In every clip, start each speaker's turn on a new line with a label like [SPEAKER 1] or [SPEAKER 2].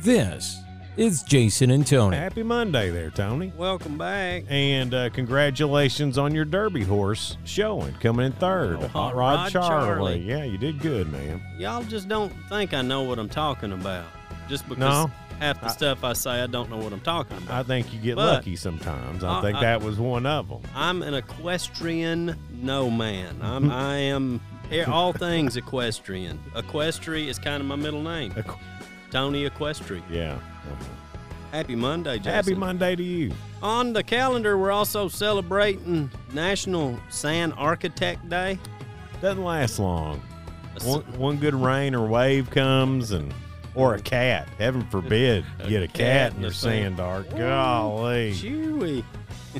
[SPEAKER 1] This is Jason and Tony.
[SPEAKER 2] Happy Monday there, Tony.
[SPEAKER 3] Welcome back.
[SPEAKER 2] And uh, congratulations on your Derby horse showing, coming in third.
[SPEAKER 3] Oh, Hot Rod Charlie.
[SPEAKER 2] Yeah, you did good, man.
[SPEAKER 3] Y'all just don't think I know what I'm talking about. Just because
[SPEAKER 2] No.
[SPEAKER 3] half the
[SPEAKER 2] I-
[SPEAKER 3] stuff I say I don't know what I'm talking about.
[SPEAKER 2] I think you get
[SPEAKER 3] But-
[SPEAKER 2] lucky sometimes. I
[SPEAKER 3] Uh,
[SPEAKER 2] think
[SPEAKER 3] I-
[SPEAKER 2] that was one of them.
[SPEAKER 3] I'm an equestrian no man. I'm I am e- all things equestrian. Equestri is kind of my middle name.
[SPEAKER 2] Equ-
[SPEAKER 3] Tony Equestri.
[SPEAKER 2] Yeah.
[SPEAKER 3] Happy Monday, Jason.
[SPEAKER 2] Happy Monday to you.
[SPEAKER 3] On the calendar, we're also celebrating National Sand Architect Day.
[SPEAKER 2] Doesn't last long.
[SPEAKER 3] A s-
[SPEAKER 2] One, one good rain or wave comes and or a cat. Heaven forbid you get a cat in your sand dark. Golly.
[SPEAKER 3] Chewy.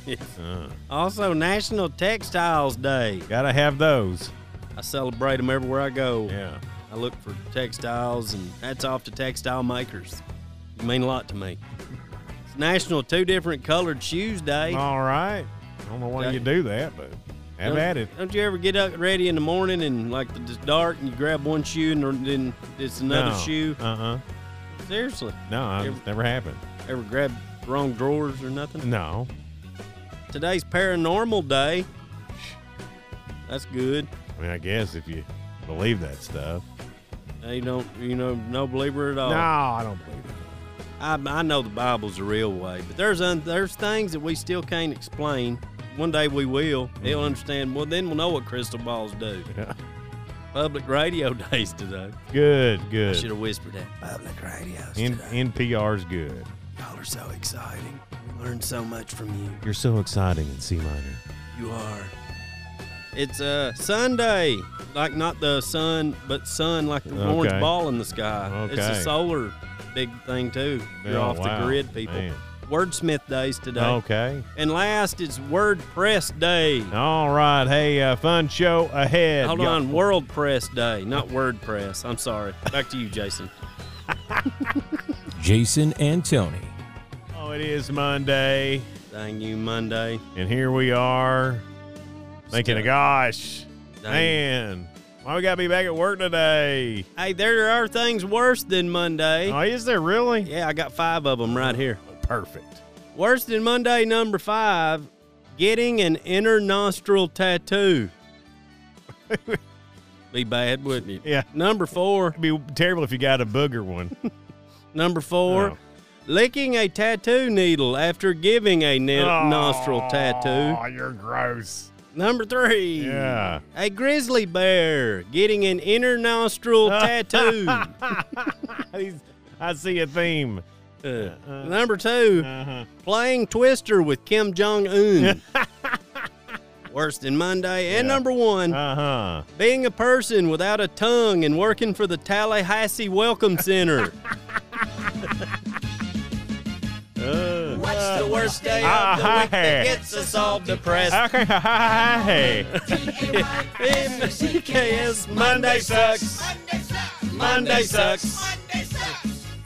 [SPEAKER 2] Uh,
[SPEAKER 3] Also, National Textiles Day.
[SPEAKER 2] gotta have those.
[SPEAKER 3] I celebrate them everywhere I go.
[SPEAKER 2] Yeah.
[SPEAKER 3] I look for textiles, and hats off to textile makers. You mean a lot to me. It's National Two Different Colored Shoes Day.
[SPEAKER 2] All right. I don't know why
[SPEAKER 3] Yeah.
[SPEAKER 2] you do that, but have
[SPEAKER 3] Don't-
[SPEAKER 2] at it.
[SPEAKER 3] Don't you ever get up ready in the morning and like the it's dark and you grab one shoe and then it's another shoe?
[SPEAKER 2] Uh uh
[SPEAKER 3] Seriously,
[SPEAKER 2] No,
[SPEAKER 3] Ever-
[SPEAKER 2] it's never happened.
[SPEAKER 3] ever grab wrong drawers or nothing?
[SPEAKER 2] No.
[SPEAKER 3] Today's Paranormal Day. That's good.
[SPEAKER 2] I mean, I guess if you believe that stuff.
[SPEAKER 3] You don't, you know, no believer at all.
[SPEAKER 2] No, I don't believe it.
[SPEAKER 3] I, I know the Bible's the real way, but there's un, there's things that we still can't explain. One day we will. They'll understand. Well, then we'll know what crystal balls do.
[SPEAKER 2] Mm-hmm. Yeah.
[SPEAKER 3] Public radio days today.
[SPEAKER 2] Good,
[SPEAKER 3] I should
[SPEAKER 2] good.
[SPEAKER 3] have whispered that. Public radios
[SPEAKER 2] N- NPR's good.
[SPEAKER 3] Y'all are so exciting. We learn so much from you.
[SPEAKER 2] You're so exciting in C minor.
[SPEAKER 3] You are. It's uh, Sunday, like not the sun, but sun like the
[SPEAKER 2] Okay.
[SPEAKER 3] orange ball in the sky. It's
[SPEAKER 2] Okay.
[SPEAKER 3] a solar big thing too. You're
[SPEAKER 2] Oh,
[SPEAKER 3] off
[SPEAKER 2] wow.
[SPEAKER 3] the grid, people.
[SPEAKER 2] Man. Oh,
[SPEAKER 3] Wordsmith days today.
[SPEAKER 2] Okay.
[SPEAKER 3] And last is WordPress Day.
[SPEAKER 2] All right. Hey, uh, fun show ahead.
[SPEAKER 3] Hold
[SPEAKER 2] Y'all-
[SPEAKER 3] on, World Press Day, not WordPress. I'm sorry. Back to you, Jason.
[SPEAKER 1] Jason and Tony.
[SPEAKER 2] Oh, it is Monday,
[SPEAKER 3] Dang you, Monday.
[SPEAKER 2] and here we are thinking,
[SPEAKER 3] Still-
[SPEAKER 2] gosh,
[SPEAKER 3] Dang.
[SPEAKER 2] man, why we gotta be back at work today?
[SPEAKER 3] Hey, there are things worse than Monday.
[SPEAKER 2] Oh, is there really?
[SPEAKER 3] Yeah, I got five of them right here.
[SPEAKER 2] Perfect.
[SPEAKER 3] Worse than Monday, number five, getting an inner nostril tattoo. Be bad, wouldn't it?
[SPEAKER 2] Yeah.
[SPEAKER 3] Number four.
[SPEAKER 2] It'd be terrible if you got a booger one.
[SPEAKER 3] Number four,
[SPEAKER 2] Oh.
[SPEAKER 3] licking a tattoo needle after giving a ni- nostril tattoo.
[SPEAKER 2] Oh, you're gross.
[SPEAKER 3] Number three.
[SPEAKER 2] Yeah.
[SPEAKER 3] A grizzly bear getting an inner nostril tattoo.
[SPEAKER 2] These- I see a theme.
[SPEAKER 3] Uh, number two,
[SPEAKER 2] Uh-huh.
[SPEAKER 3] playing Twister with Kim Jong Un. Worse than Monday. And
[SPEAKER 2] Yeah.
[SPEAKER 3] number one,
[SPEAKER 2] Uh-huh.
[SPEAKER 3] being a person without a tongue and working for the Tallahassee Welcome Center.
[SPEAKER 2] Uh.
[SPEAKER 3] What's the worst day
[SPEAKER 2] Ah,
[SPEAKER 3] of the week
[SPEAKER 2] hi.
[SPEAKER 3] that gets us all depressed?
[SPEAKER 2] Okay. Hey.
[SPEAKER 3] MCKS Monday sucks. Monday sucks.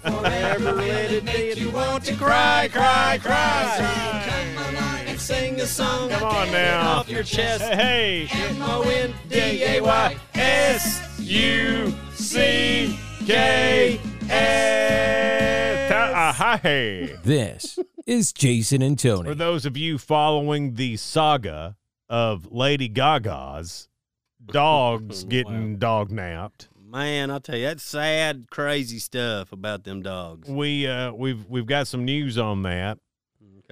[SPEAKER 3] Forever let it be. You want to cry, cry, cry. And sing the song.
[SPEAKER 2] Come on now.
[SPEAKER 3] Off your chest.
[SPEAKER 2] Hey.
[SPEAKER 3] M-O-N-D-A-Y-S.
[SPEAKER 2] U C K S. uh, Hey.
[SPEAKER 1] This is Jason and
[SPEAKER 2] For
[SPEAKER 1] Tony.
[SPEAKER 2] those of you following the saga of Lady Gaga's dogs getting dog napped,
[SPEAKER 3] Man, I tell you, that's sad, crazy stuff about them dogs.
[SPEAKER 2] we uh, we've we've got some news on that.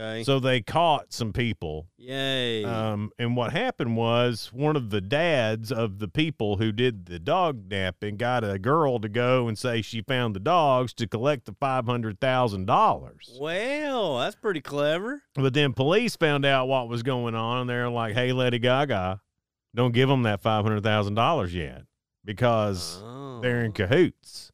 [SPEAKER 3] Okay.
[SPEAKER 2] So they caught some people,
[SPEAKER 3] Yay.
[SPEAKER 2] um, and what happened was one of the dads of the people who did the dog napping got a girl to go and say she found the dogs to collect the five hundred thousand dollars.
[SPEAKER 3] well, that's pretty clever.
[SPEAKER 2] But then police found out what was going on, and they're like, "Hey, Lady Gaga, don't give them that five hundred thousand dollars yet because
[SPEAKER 3] Oh.
[SPEAKER 2] they're in cahoots."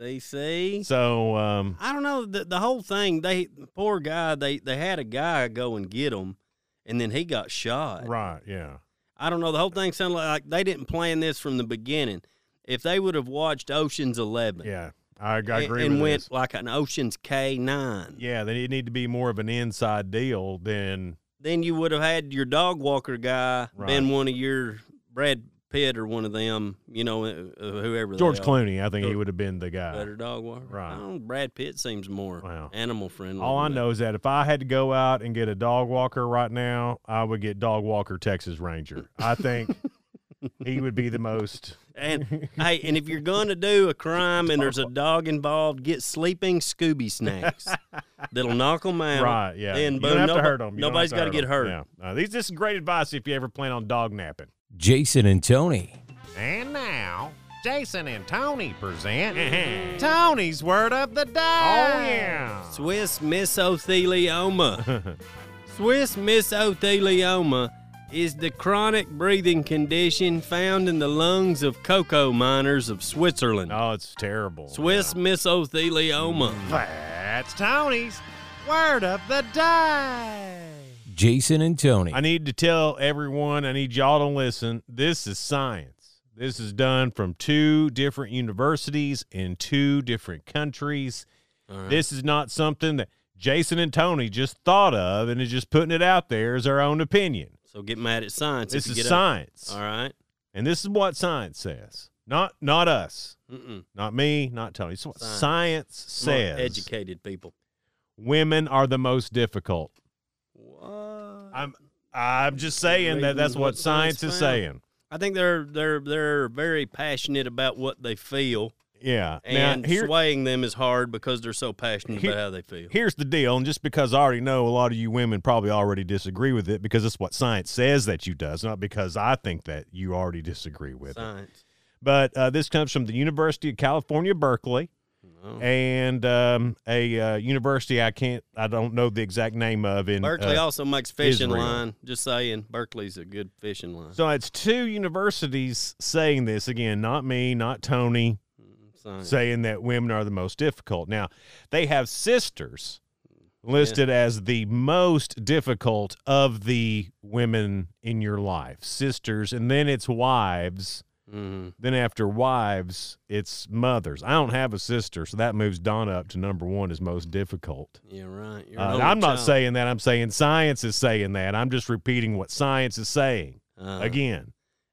[SPEAKER 3] CC.
[SPEAKER 2] So, um,
[SPEAKER 3] I don't know the, the whole thing. They poor guy. They they had a guy go and get him, and then he got shot.
[SPEAKER 2] right, yeah,
[SPEAKER 3] I don't know. The whole thing sounded like, like they didn't plan this from the beginning. If they would have watched Ocean's Eleven,
[SPEAKER 2] yeah, I, I
[SPEAKER 3] a-
[SPEAKER 2] agree
[SPEAKER 3] and
[SPEAKER 2] with
[SPEAKER 3] went
[SPEAKER 2] this.
[SPEAKER 3] like an Ocean's K nine,
[SPEAKER 2] Yeah, they need to be more of an inside deal than
[SPEAKER 3] then you would have had your dog walker guy
[SPEAKER 2] Right.
[SPEAKER 3] been one of your Brad Pitt or one of them, you know, uh, whoever. they
[SPEAKER 2] George
[SPEAKER 3] are.
[SPEAKER 2] Clooney, I think he would have been the guy.
[SPEAKER 3] Better dog walker.
[SPEAKER 2] Right.
[SPEAKER 3] I don't know, Brad Pitt seems more
[SPEAKER 2] Wow.
[SPEAKER 3] animal friendly.
[SPEAKER 2] All I
[SPEAKER 3] than that.
[SPEAKER 2] know is that if I had to go out and get a dog walker right now, I would get dog walker Texas Ranger. I think he would be the most.
[SPEAKER 3] And hey, and if you're going to do a crime and there's a dog involved, get sleeping Scooby snacks that'll knock them out.
[SPEAKER 2] Right, yeah.
[SPEAKER 3] Then
[SPEAKER 2] you
[SPEAKER 3] boom,
[SPEAKER 2] don't have
[SPEAKER 3] nobo-
[SPEAKER 2] to hurt him.
[SPEAKER 3] nobody's
[SPEAKER 2] got to
[SPEAKER 3] get hurt.
[SPEAKER 2] Yeah. Uh, these, this is great advice if you ever plan on dog napping.
[SPEAKER 1] Jason and Tony.
[SPEAKER 2] And now, Jason and Tony present Tony's Word of the Day. Oh, yeah.
[SPEAKER 3] Swiss mesothelioma. Swiss mesothelioma is the chronic breathing condition found in the lungs of cocoa miners of Switzerland.
[SPEAKER 2] Oh, it's terrible.
[SPEAKER 3] Swiss mesothelioma.
[SPEAKER 2] That's Tony's Word of the Day.
[SPEAKER 1] Jason and Tony.
[SPEAKER 2] I need to tell everyone, I need y'all to listen. This is science. This is done from two different universities in two different countries.
[SPEAKER 3] All right.
[SPEAKER 2] This is not something that Jason and Tony just thought of and is just putting it out there as our own opinion.
[SPEAKER 3] So get mad at science. if
[SPEAKER 2] This
[SPEAKER 3] you
[SPEAKER 2] is
[SPEAKER 3] get up.
[SPEAKER 2] science.
[SPEAKER 3] All right.
[SPEAKER 2] And this is what science says. Not not us.
[SPEAKER 3] Mm-mm.
[SPEAKER 2] Not me, not Tony. It's what
[SPEAKER 3] Science.
[SPEAKER 2] science, says.
[SPEAKER 3] More educated people.
[SPEAKER 2] Women are the most difficult.
[SPEAKER 3] What?
[SPEAKER 2] I'm I'm just saying that that's
[SPEAKER 3] Reading
[SPEAKER 2] what
[SPEAKER 3] what
[SPEAKER 2] science
[SPEAKER 3] science
[SPEAKER 2] is
[SPEAKER 3] found.
[SPEAKER 2] saying.
[SPEAKER 3] I think they're they're they're very passionate about what they feel,
[SPEAKER 2] Yeah.
[SPEAKER 3] and
[SPEAKER 2] now here,
[SPEAKER 3] swaying them is hard because they're so passionate
[SPEAKER 2] Here-
[SPEAKER 3] about how they feel.
[SPEAKER 2] here's the deal, and just because I already know a lot of you women probably already disagree with it because it's what science says that you does, not because I think that you already disagree with it.
[SPEAKER 3] Science.
[SPEAKER 2] But uh, this comes from the University of California, Berkeley,
[SPEAKER 3] Oh.
[SPEAKER 2] and um, a uh, university I can't, I don't know the exact name of in
[SPEAKER 3] Berkeley
[SPEAKER 2] uh,
[SPEAKER 3] also makes fishing
[SPEAKER 2] Israel.
[SPEAKER 3] line. Just saying, Berkeley's a good fishing line.
[SPEAKER 2] So it's two universities saying this again, not me, not Tony,
[SPEAKER 3] Science.
[SPEAKER 2] saying that women are the most difficult. Now, they have sisters listed as the most difficult of the women in your life, sisters, and then it's wives.
[SPEAKER 3] Mhm.
[SPEAKER 2] Then after wives, it's mothers. I don't have a sister, so that moves Donna up to number one as most difficult.
[SPEAKER 3] Yeah, right. You're
[SPEAKER 2] Uh,
[SPEAKER 3] an
[SPEAKER 2] and
[SPEAKER 3] only
[SPEAKER 2] I'm not
[SPEAKER 3] child.
[SPEAKER 2] saying that. I'm saying science is saying that. I'm just repeating what science is saying
[SPEAKER 3] Uh,
[SPEAKER 2] again.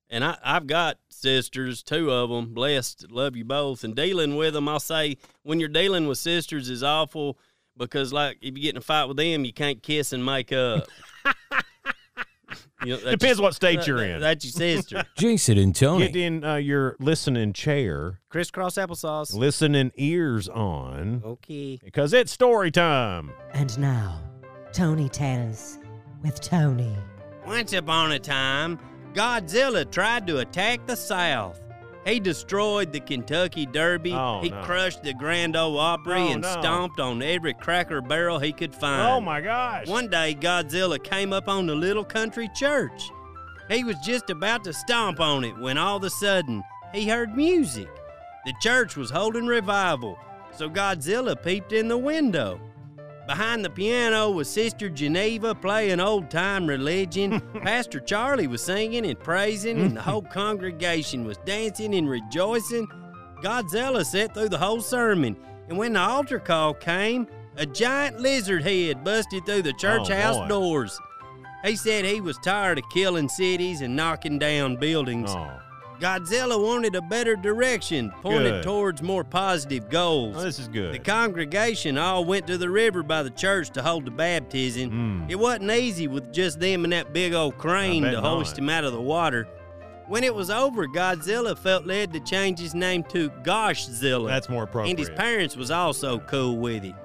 [SPEAKER 3] And I, I've got sisters, two of them, blessed, love you both. And dealing with them, I'll say, when you're dealing with sisters is awful because, like, if you get in a fight with them, you can't kiss and make up. You know, that's
[SPEAKER 2] Depends what state
[SPEAKER 3] that-
[SPEAKER 2] you're
[SPEAKER 3] that-
[SPEAKER 2] in.
[SPEAKER 3] That's your sister.
[SPEAKER 1] Jason and Tony.
[SPEAKER 2] Get in uh, your listening chair,
[SPEAKER 3] Crisscross applesauce.
[SPEAKER 2] listening ears on,
[SPEAKER 3] Okay.
[SPEAKER 2] because it's story time.
[SPEAKER 4] And now, Tony Tells with Tony.
[SPEAKER 3] Once upon a time, Godzilla tried to attack the South. He destroyed the Kentucky Derby.
[SPEAKER 2] Oh,
[SPEAKER 3] he
[SPEAKER 2] no.
[SPEAKER 3] crushed the Grand Ole Opry
[SPEAKER 2] Oh,
[SPEAKER 3] and
[SPEAKER 2] no.
[SPEAKER 3] stomped on every cracker barrel he could find.
[SPEAKER 2] Oh my gosh!
[SPEAKER 3] One day, Godzilla came up on the little country church. He was just about to stomp on it when all of a sudden he heard music. The church was holding revival, so Godzilla peeped in the window. Behind the piano was Sister Geneva playing old time religion. Pastor Charlie was singing and praising, and the whole congregation was dancing and rejoicing. Godzilla sat through the whole sermon, and when the altar call came, a giant lizard head busted through the church
[SPEAKER 2] Oh,
[SPEAKER 3] house
[SPEAKER 2] boy.
[SPEAKER 3] doors. He said he was tired of killing cities and knocking down buildings.
[SPEAKER 2] Oh.
[SPEAKER 3] Godzilla wanted a better direction, pointed
[SPEAKER 2] Good.
[SPEAKER 3] towards more positive goals.
[SPEAKER 2] Oh, this is
[SPEAKER 3] The
[SPEAKER 2] good.
[SPEAKER 3] congregation all went to the river by the church to hold the baptism.
[SPEAKER 2] Mm.
[SPEAKER 3] It wasn't easy with just them and that big old crane
[SPEAKER 2] I bet
[SPEAKER 3] to hoist
[SPEAKER 2] not.
[SPEAKER 3] him out of the water. When it was over, Godzilla felt led to change his name to Goshzilla.
[SPEAKER 2] That's more appropriate.
[SPEAKER 3] And his parents was also cool with it.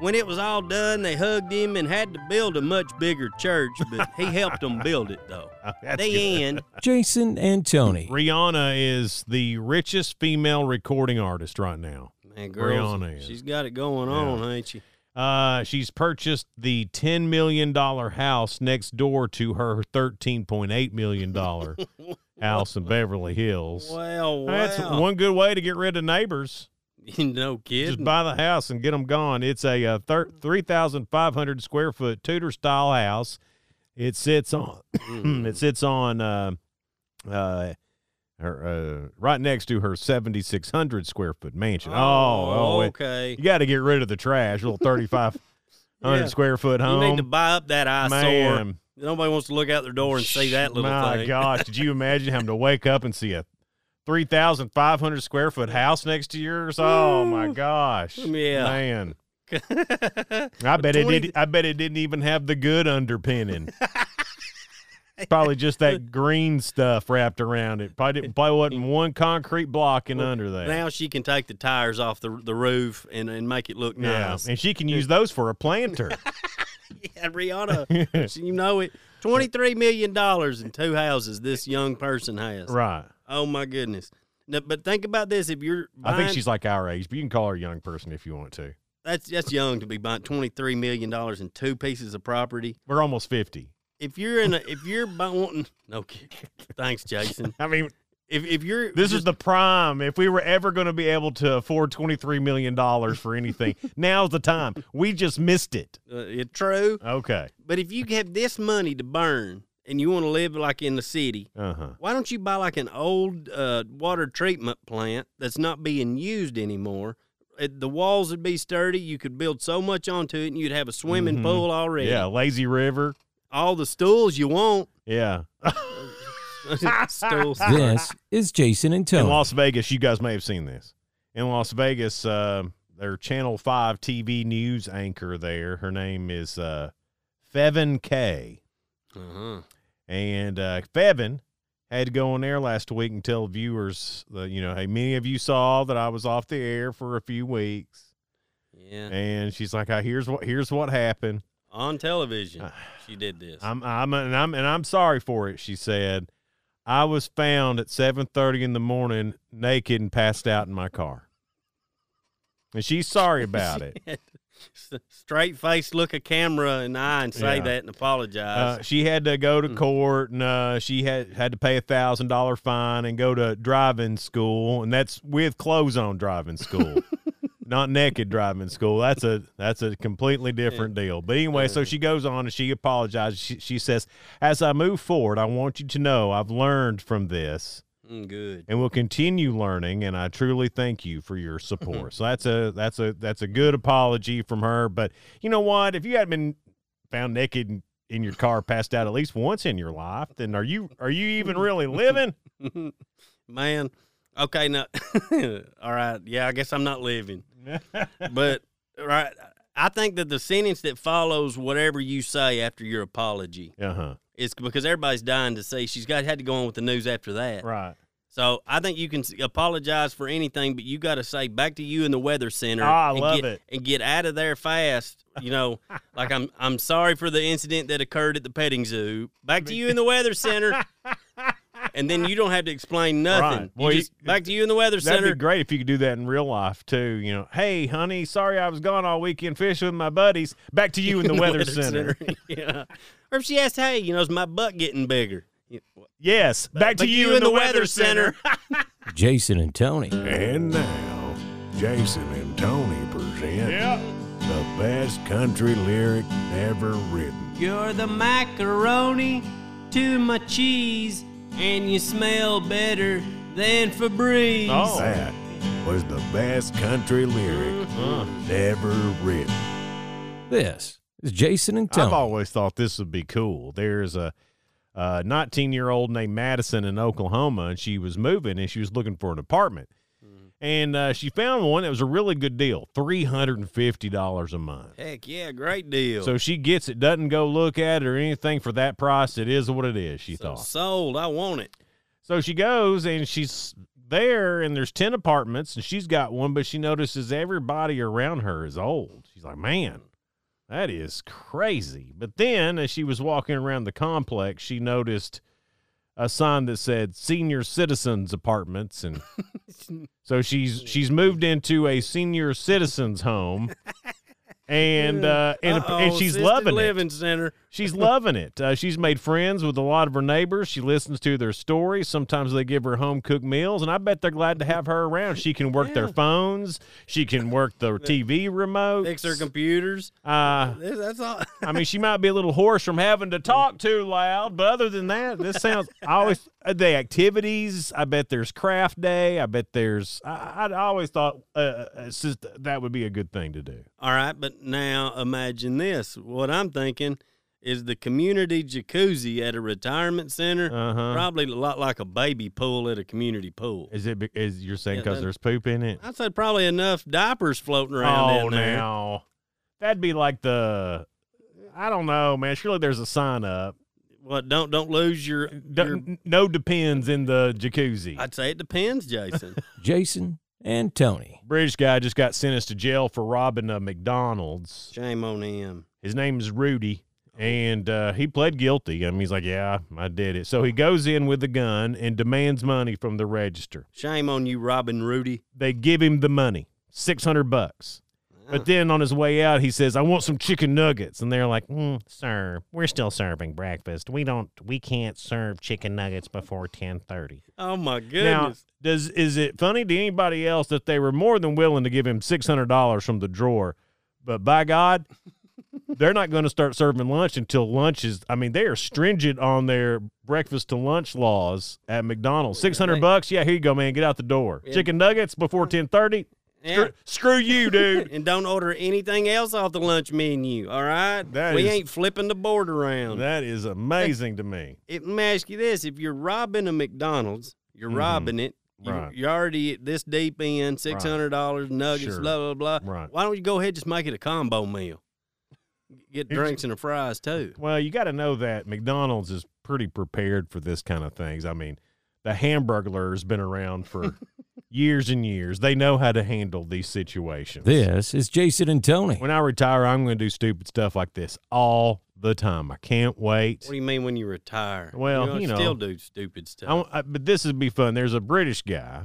[SPEAKER 3] When it was all done, they hugged him and had to build a much bigger church, but he helped them build it though.
[SPEAKER 2] That's
[SPEAKER 3] the
[SPEAKER 2] good.
[SPEAKER 3] end.
[SPEAKER 1] Jason and Tony.
[SPEAKER 2] Rihanna is the richest female recording artist right now.
[SPEAKER 3] Man, girls,
[SPEAKER 2] Brianna is.
[SPEAKER 3] she's got it going
[SPEAKER 2] Yeah.
[SPEAKER 3] on, ain't she?
[SPEAKER 2] Uh, she's purchased the ten million dollar house next door to her thirteen point eight million dollar house in Beverly Hills.
[SPEAKER 3] Well, wow.
[SPEAKER 2] That's one good way to get rid of neighbors.
[SPEAKER 3] no kidding.
[SPEAKER 2] Just buy the house and get them gone. It's a uh, thir- 3,500 square foot Tudor style house. It sits on,
[SPEAKER 3] Mm.
[SPEAKER 2] it sits on, uh, uh, her, uh, right next to her 7,600 square foot mansion. Oh, oh, it-
[SPEAKER 3] okay.
[SPEAKER 2] you got to get rid of the trash. Little 3,500
[SPEAKER 3] Yeah.
[SPEAKER 2] square foot
[SPEAKER 3] You
[SPEAKER 2] home.
[SPEAKER 3] need to buy up that eyesore.
[SPEAKER 2] Man,
[SPEAKER 3] Nobody wants to look out their door and see that little
[SPEAKER 2] My
[SPEAKER 3] thing.
[SPEAKER 2] gosh, did you imagine having to wake up and see a 3,500 square foot house next to yours? Oh my
[SPEAKER 3] Woo.
[SPEAKER 2] gosh.
[SPEAKER 3] Yeah.
[SPEAKER 2] Man. I bet it
[SPEAKER 3] 20
[SPEAKER 2] did I bet it didn't even have the good underpinning. Probably just that green stuff wrapped around it. Probably didn't, probably wasn't one concrete block in under that.
[SPEAKER 3] now she can take the tires off the the roof and, and make it look
[SPEAKER 2] yeah,
[SPEAKER 3] nice.
[SPEAKER 2] and she can use those for a planter.
[SPEAKER 3] Yeah, Rihanna, she- you know it. Twenty three million dollars in two houses this young person has.
[SPEAKER 2] right.
[SPEAKER 3] Oh my goodness. Now, but think about this: if you're, buying,
[SPEAKER 2] I think she's like our age, but you can call her a young person if you want to.
[SPEAKER 3] that's that's young to be buying twenty three million dollars in two pieces of property.
[SPEAKER 2] We're almost 50.
[SPEAKER 3] If you're in a, if you're bu- wanting, no, kid. thanks, Jason.
[SPEAKER 2] I mean,
[SPEAKER 3] If if you're
[SPEAKER 2] This is the prime. If we were ever going to be able to afford $23 million for anything, now's the time. We just missed it.
[SPEAKER 3] uh, it's true.
[SPEAKER 2] Okay.
[SPEAKER 3] But if you have this money to burn and you want to live like in the city,
[SPEAKER 2] Uh huh.
[SPEAKER 3] why don't you buy like an old uh, water treatment plant that's not being used anymore? It, the walls would be sturdy. You could build so much onto it, and you'd have a swimming
[SPEAKER 2] Mhm.
[SPEAKER 3] pool already.
[SPEAKER 2] Yeah. Lazy River.
[SPEAKER 3] All the stools you want.
[SPEAKER 2] Yeah.
[SPEAKER 3] stools.
[SPEAKER 1] This is Jason and
[SPEAKER 2] In
[SPEAKER 1] Tony.
[SPEAKER 2] Las Vegas, you guys may have seen this. In Las Vegas, uh, their Channel 5 TV news anchor there, her name is uh, Fevin Kay.
[SPEAKER 3] Uh-huh.
[SPEAKER 2] And uh, Fevin had to go on air last week and tell viewers, uh, you know, hey, many of you saw that I was off the air for a few weeks.
[SPEAKER 3] Yeah.
[SPEAKER 2] and she's like, "I here's what here's what happened.
[SPEAKER 3] On television,
[SPEAKER 2] Uh,
[SPEAKER 3] she did this.
[SPEAKER 2] I'm I'm and I'm and I'm sorry for it." She said, "I was found at 7:30 in the morning, naked and passed out in my car." And she's sorry about it.
[SPEAKER 3] S- Straight face, look a camera in the eye, and say
[SPEAKER 2] Yeah.
[SPEAKER 3] that, and apologize.
[SPEAKER 2] Uh, she had to go to court, and uh, she had had to pay a thousand dollar fine and go to driving school, and that's with clothes on driving school, not naked driving school. That's a that's a completely different deal. But anyway, so she goes on and she apologizes. She, she says, "As I move forward, I want you to know I've learned from this."
[SPEAKER 3] Mm, good.
[SPEAKER 2] and will continue learning and I truly thank you for your support. so that's a that's a that's a good apology from her, but you know what? If you had been found naked in- in your car passed out at least once in your life, then are you are you even really living?
[SPEAKER 3] Man, okay, now, all right, yeah, I guess I'm not living, but right, I think that the sentence that follows whatever you say after your apology
[SPEAKER 2] uh-huh.
[SPEAKER 3] is because everybody's dying to see. She's got had to go on with the news after that,
[SPEAKER 2] Right.
[SPEAKER 3] so I think you can s- apologize for anything, but you got to say back to you in the weather center.
[SPEAKER 2] Ah, I
[SPEAKER 3] and
[SPEAKER 2] love
[SPEAKER 3] get,
[SPEAKER 2] it.
[SPEAKER 3] and get out of there fast. You know, like I'm I'm sorry for the incident that occurred at the petting zoo. Back to you in the weather center. And then you don't have to explain nothing.
[SPEAKER 2] Right.
[SPEAKER 3] You
[SPEAKER 2] Well, you-
[SPEAKER 3] just- back to you in the weather
[SPEAKER 2] That'd
[SPEAKER 3] center.
[SPEAKER 2] be great if you could do that in real life too. You know, hey honey, sorry I was gone all weekend fishing with my buddies. Back to you in the, weather, center.
[SPEAKER 3] yeah. Or if she asks, hey, you know, is my butt getting bigger? Yeah.
[SPEAKER 2] Yes, back to
[SPEAKER 3] Back
[SPEAKER 2] you, in the, weather, center.
[SPEAKER 1] Jason and Tony.
[SPEAKER 5] And now, Jason and Tony present the best country lyric ever written.
[SPEAKER 3] You're the macaroni to my cheese, and you smell better than Febreze.
[SPEAKER 2] Oh.
[SPEAKER 5] That was the best country lyric ever written.
[SPEAKER 1] This is Jason and Tony.
[SPEAKER 2] I've always thought this would be cool. There's a uh, 19 year old named Madison in Oklahoma, and she was moving and she was looking for an apartment.
[SPEAKER 3] Mm-hmm.
[SPEAKER 2] And uh, she found one that was a really good deal $350 a month.
[SPEAKER 3] Heck yeah, great deal.
[SPEAKER 2] So she gets it, doesn't go look at it or anything for that price. It is what it is, she
[SPEAKER 3] So
[SPEAKER 2] thought.
[SPEAKER 3] sold. I want it.
[SPEAKER 2] So she goes and she's there, and there's 10 apartments, and she's got one, but she notices everybody around her is old. She's like, man, that is crazy. But then, as she was walking around the complex, she noticed a sign that said senior citizens apartments and so she's she's moved into a senior citizens home and uh and, and
[SPEAKER 3] Uh-oh,
[SPEAKER 2] she's
[SPEAKER 3] assisted
[SPEAKER 2] loving it
[SPEAKER 3] living center.
[SPEAKER 2] She's loving it. Uh, she's made friends with a lot of her neighbors. She listens to their stories. Sometimes they give her home cooked meals, and I bet they're glad to have her around. She can work their phones. She can work the TV remote.
[SPEAKER 3] Fix her computers.
[SPEAKER 2] Uh,
[SPEAKER 3] This- That's all.
[SPEAKER 2] I mean, she might be a little hoarse from having to talk too loud, but other than that, this sounds. I always uh, the activities. I bet there's craft day. I bet there's. I, I always thought uh, it's just, that would be a good thing to do.
[SPEAKER 3] all right, but now imagine this. What I'm thinking, is the community jacuzzi at a retirement center.
[SPEAKER 2] Uh huh.
[SPEAKER 3] Probably a lot like a baby pool at a community pool.
[SPEAKER 2] Is it? be- Is you're saying
[SPEAKER 3] Yeah,
[SPEAKER 2] because
[SPEAKER 3] that-
[SPEAKER 2] there's poop in it?
[SPEAKER 3] I'd say probably enough diapers floating around
[SPEAKER 2] Oh,
[SPEAKER 3] in there.
[SPEAKER 2] now that'd be like the. I don't know, man. Surely there's a sign up.
[SPEAKER 3] What don't don't lose your,
[SPEAKER 2] D-
[SPEAKER 3] your
[SPEAKER 2] no depends in the jacuzzi.
[SPEAKER 3] I'd say it depends, Jason.
[SPEAKER 1] Jason and Tony.
[SPEAKER 2] British guy just got sentenced to jail for robbing a McDonald's.
[SPEAKER 3] Shame on him.
[SPEAKER 2] His name is Rudy, and uh, he pled guilty. I mean, he's like, "Yeah, I did it." So he goes in with the gun and demands money from the register.
[SPEAKER 3] Shame on you, Robin Rudy.
[SPEAKER 2] They give him the money, six hundred bucks. But then on his way out, he says, "I want some chicken nuggets," and they're like, mm, "Sir, we're still serving breakfast. We don't, we can't serve chicken nuggets before ten thirty.
[SPEAKER 3] Oh my
[SPEAKER 2] Now,
[SPEAKER 3] goodness.
[SPEAKER 2] does is it funny to anybody else that they were more than willing to give him six hundred dollars from the drawer, but by God, they're not going to start serving lunch until lunch is. I mean, they are stringent on their breakfast to lunch laws at McDonald's. Six hundred
[SPEAKER 3] they-
[SPEAKER 2] bucks, yeah, here you go, man. Get out the door.
[SPEAKER 3] Yeah.
[SPEAKER 2] Chicken nuggets before ten thirty.
[SPEAKER 3] Yeah.
[SPEAKER 2] Screw you, dude.
[SPEAKER 3] And don't order anything else off the lunch menu, all right?
[SPEAKER 2] That
[SPEAKER 3] we
[SPEAKER 2] is-
[SPEAKER 3] ain't flipping the board around.
[SPEAKER 2] that is amazing to me.
[SPEAKER 3] it, let me ask you this: If you're robbing a McDonald's, you're
[SPEAKER 2] Mhm.
[SPEAKER 3] robbing it. You,
[SPEAKER 2] Right.
[SPEAKER 3] You're already at this deep in six hundred dollars nuggets,
[SPEAKER 2] Sure.
[SPEAKER 3] blah blah blah.
[SPEAKER 2] Right.
[SPEAKER 3] Why don't you go ahead and just make it a combo meal? Get
[SPEAKER 2] It's-
[SPEAKER 3] drinks and a fries too.
[SPEAKER 2] Well, you got to know that McDonald's is pretty prepared for this kind of things. I mean, the Hamburglar has been around for years and years. They know how to handle these situations.
[SPEAKER 1] This is Jason and Tony.
[SPEAKER 2] When I retire, I'm going to do stupid stuff like this all the time. I can't wait.
[SPEAKER 3] What do you mean when you retire?
[SPEAKER 2] Well,
[SPEAKER 3] You're
[SPEAKER 2] you know,
[SPEAKER 3] still do stupid stuff.
[SPEAKER 2] I want- I- but this would be fun. There's a British guy,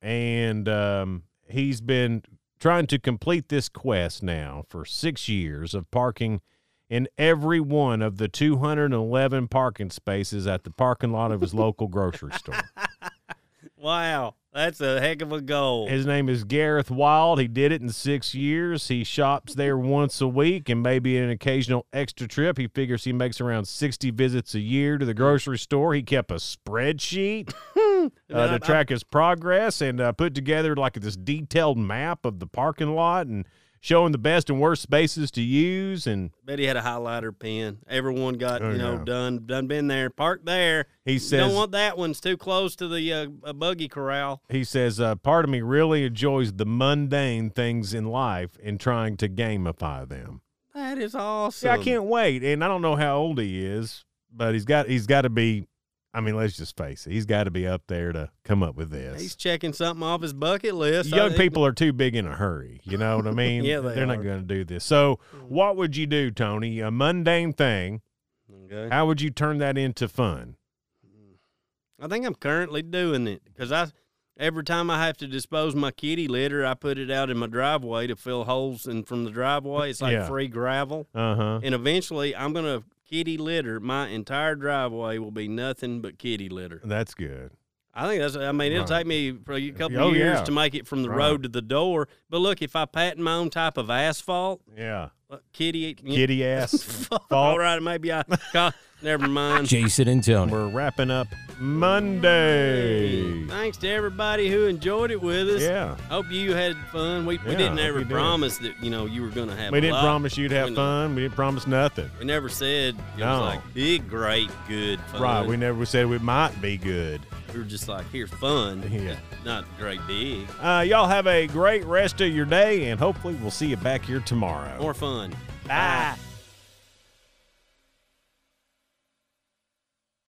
[SPEAKER 2] and um, he's been trying to complete this quest now for six years of parking in every one of the 211 parking spaces at the parking lot of his local grocery store.
[SPEAKER 3] wow, that's a heck of a goal.
[SPEAKER 2] His name is Gareth Wild. He did it in six years. He shops there once a week and maybe an occasional extra trip. He figures he makes around 60 visits a year to the grocery store. He kept a spreadsheet uh, to
[SPEAKER 3] I-
[SPEAKER 2] track his progress and uh, put together like this detailed map of the parking lot and showing the best and worst spaces to use. And
[SPEAKER 3] Bet he had a highlighter pen. Everyone got
[SPEAKER 2] Oh,
[SPEAKER 3] you know
[SPEAKER 2] yeah.
[SPEAKER 3] done done been there. Park there.
[SPEAKER 2] he
[SPEAKER 3] you
[SPEAKER 2] says,
[SPEAKER 3] don't want that one's too close to the uh, uh, buggy corral.
[SPEAKER 2] he says, uh, part of me really enjoys the mundane things in life and trying to gamify them.
[SPEAKER 3] That is awesome.
[SPEAKER 2] Yeah, I can't wait. And I don't know how old he is, but he's got he's got to be. I mean, let's just face it. He's got to be up there to come up with this.
[SPEAKER 3] He's checking something off his bucket list. I
[SPEAKER 2] Young
[SPEAKER 3] think-
[SPEAKER 2] people are too big in a hurry. You know what I mean?
[SPEAKER 3] Yeah, they
[SPEAKER 2] are not
[SPEAKER 3] are. Mm.
[SPEAKER 2] going to do this. So, what would you do, Tony? A mundane thing.
[SPEAKER 3] Okay.
[SPEAKER 2] How would you turn that into fun?
[SPEAKER 3] I think I'm currently doing it because I, every time I have to dispose my kitty litter, I put it out in my driveway to fill holes in from the driveway. It's like
[SPEAKER 2] Yeah.
[SPEAKER 3] free gravel,
[SPEAKER 2] Uh huh.
[SPEAKER 3] and eventually I'm gonna kitty litter. My entire driveway will be nothing but kitty litter.
[SPEAKER 2] That's good.
[SPEAKER 3] I think that's. I mean, it'll
[SPEAKER 2] Right.
[SPEAKER 3] take me probably a couple
[SPEAKER 2] Oh,
[SPEAKER 3] of years
[SPEAKER 2] yeah.
[SPEAKER 3] to make it from the
[SPEAKER 2] Right.
[SPEAKER 3] road to the door. But look, if I patent my own type of asphalt,
[SPEAKER 2] Yeah.
[SPEAKER 3] uh, kitty,
[SPEAKER 2] Giddy ass.
[SPEAKER 3] All right, maybe I. God, never mind.
[SPEAKER 1] Jason and Tony.
[SPEAKER 2] We're wrapping up Monday.
[SPEAKER 3] Thanks to everybody who enjoyed it with us.
[SPEAKER 2] Yeah.
[SPEAKER 3] Hope you had fun. We, we
[SPEAKER 2] Yeah,
[SPEAKER 3] didn't
[SPEAKER 2] hope
[SPEAKER 3] ever
[SPEAKER 2] you did.
[SPEAKER 3] promise that you know you were gonna have.
[SPEAKER 2] We
[SPEAKER 3] a
[SPEAKER 2] didn't
[SPEAKER 3] lot.
[SPEAKER 2] promise you'd have
[SPEAKER 3] We-
[SPEAKER 2] fun. We didn't promise nothing.
[SPEAKER 3] We never said it
[SPEAKER 2] No.
[SPEAKER 3] was like big, great, good fun.
[SPEAKER 2] Right. We never said we might be good.
[SPEAKER 3] we were just like here's fun,
[SPEAKER 2] Yeah.
[SPEAKER 3] not great big,
[SPEAKER 2] Uh, y'all have a great rest of your day, and hopefully we'll see you back here tomorrow.
[SPEAKER 3] more fun.
[SPEAKER 2] Bye.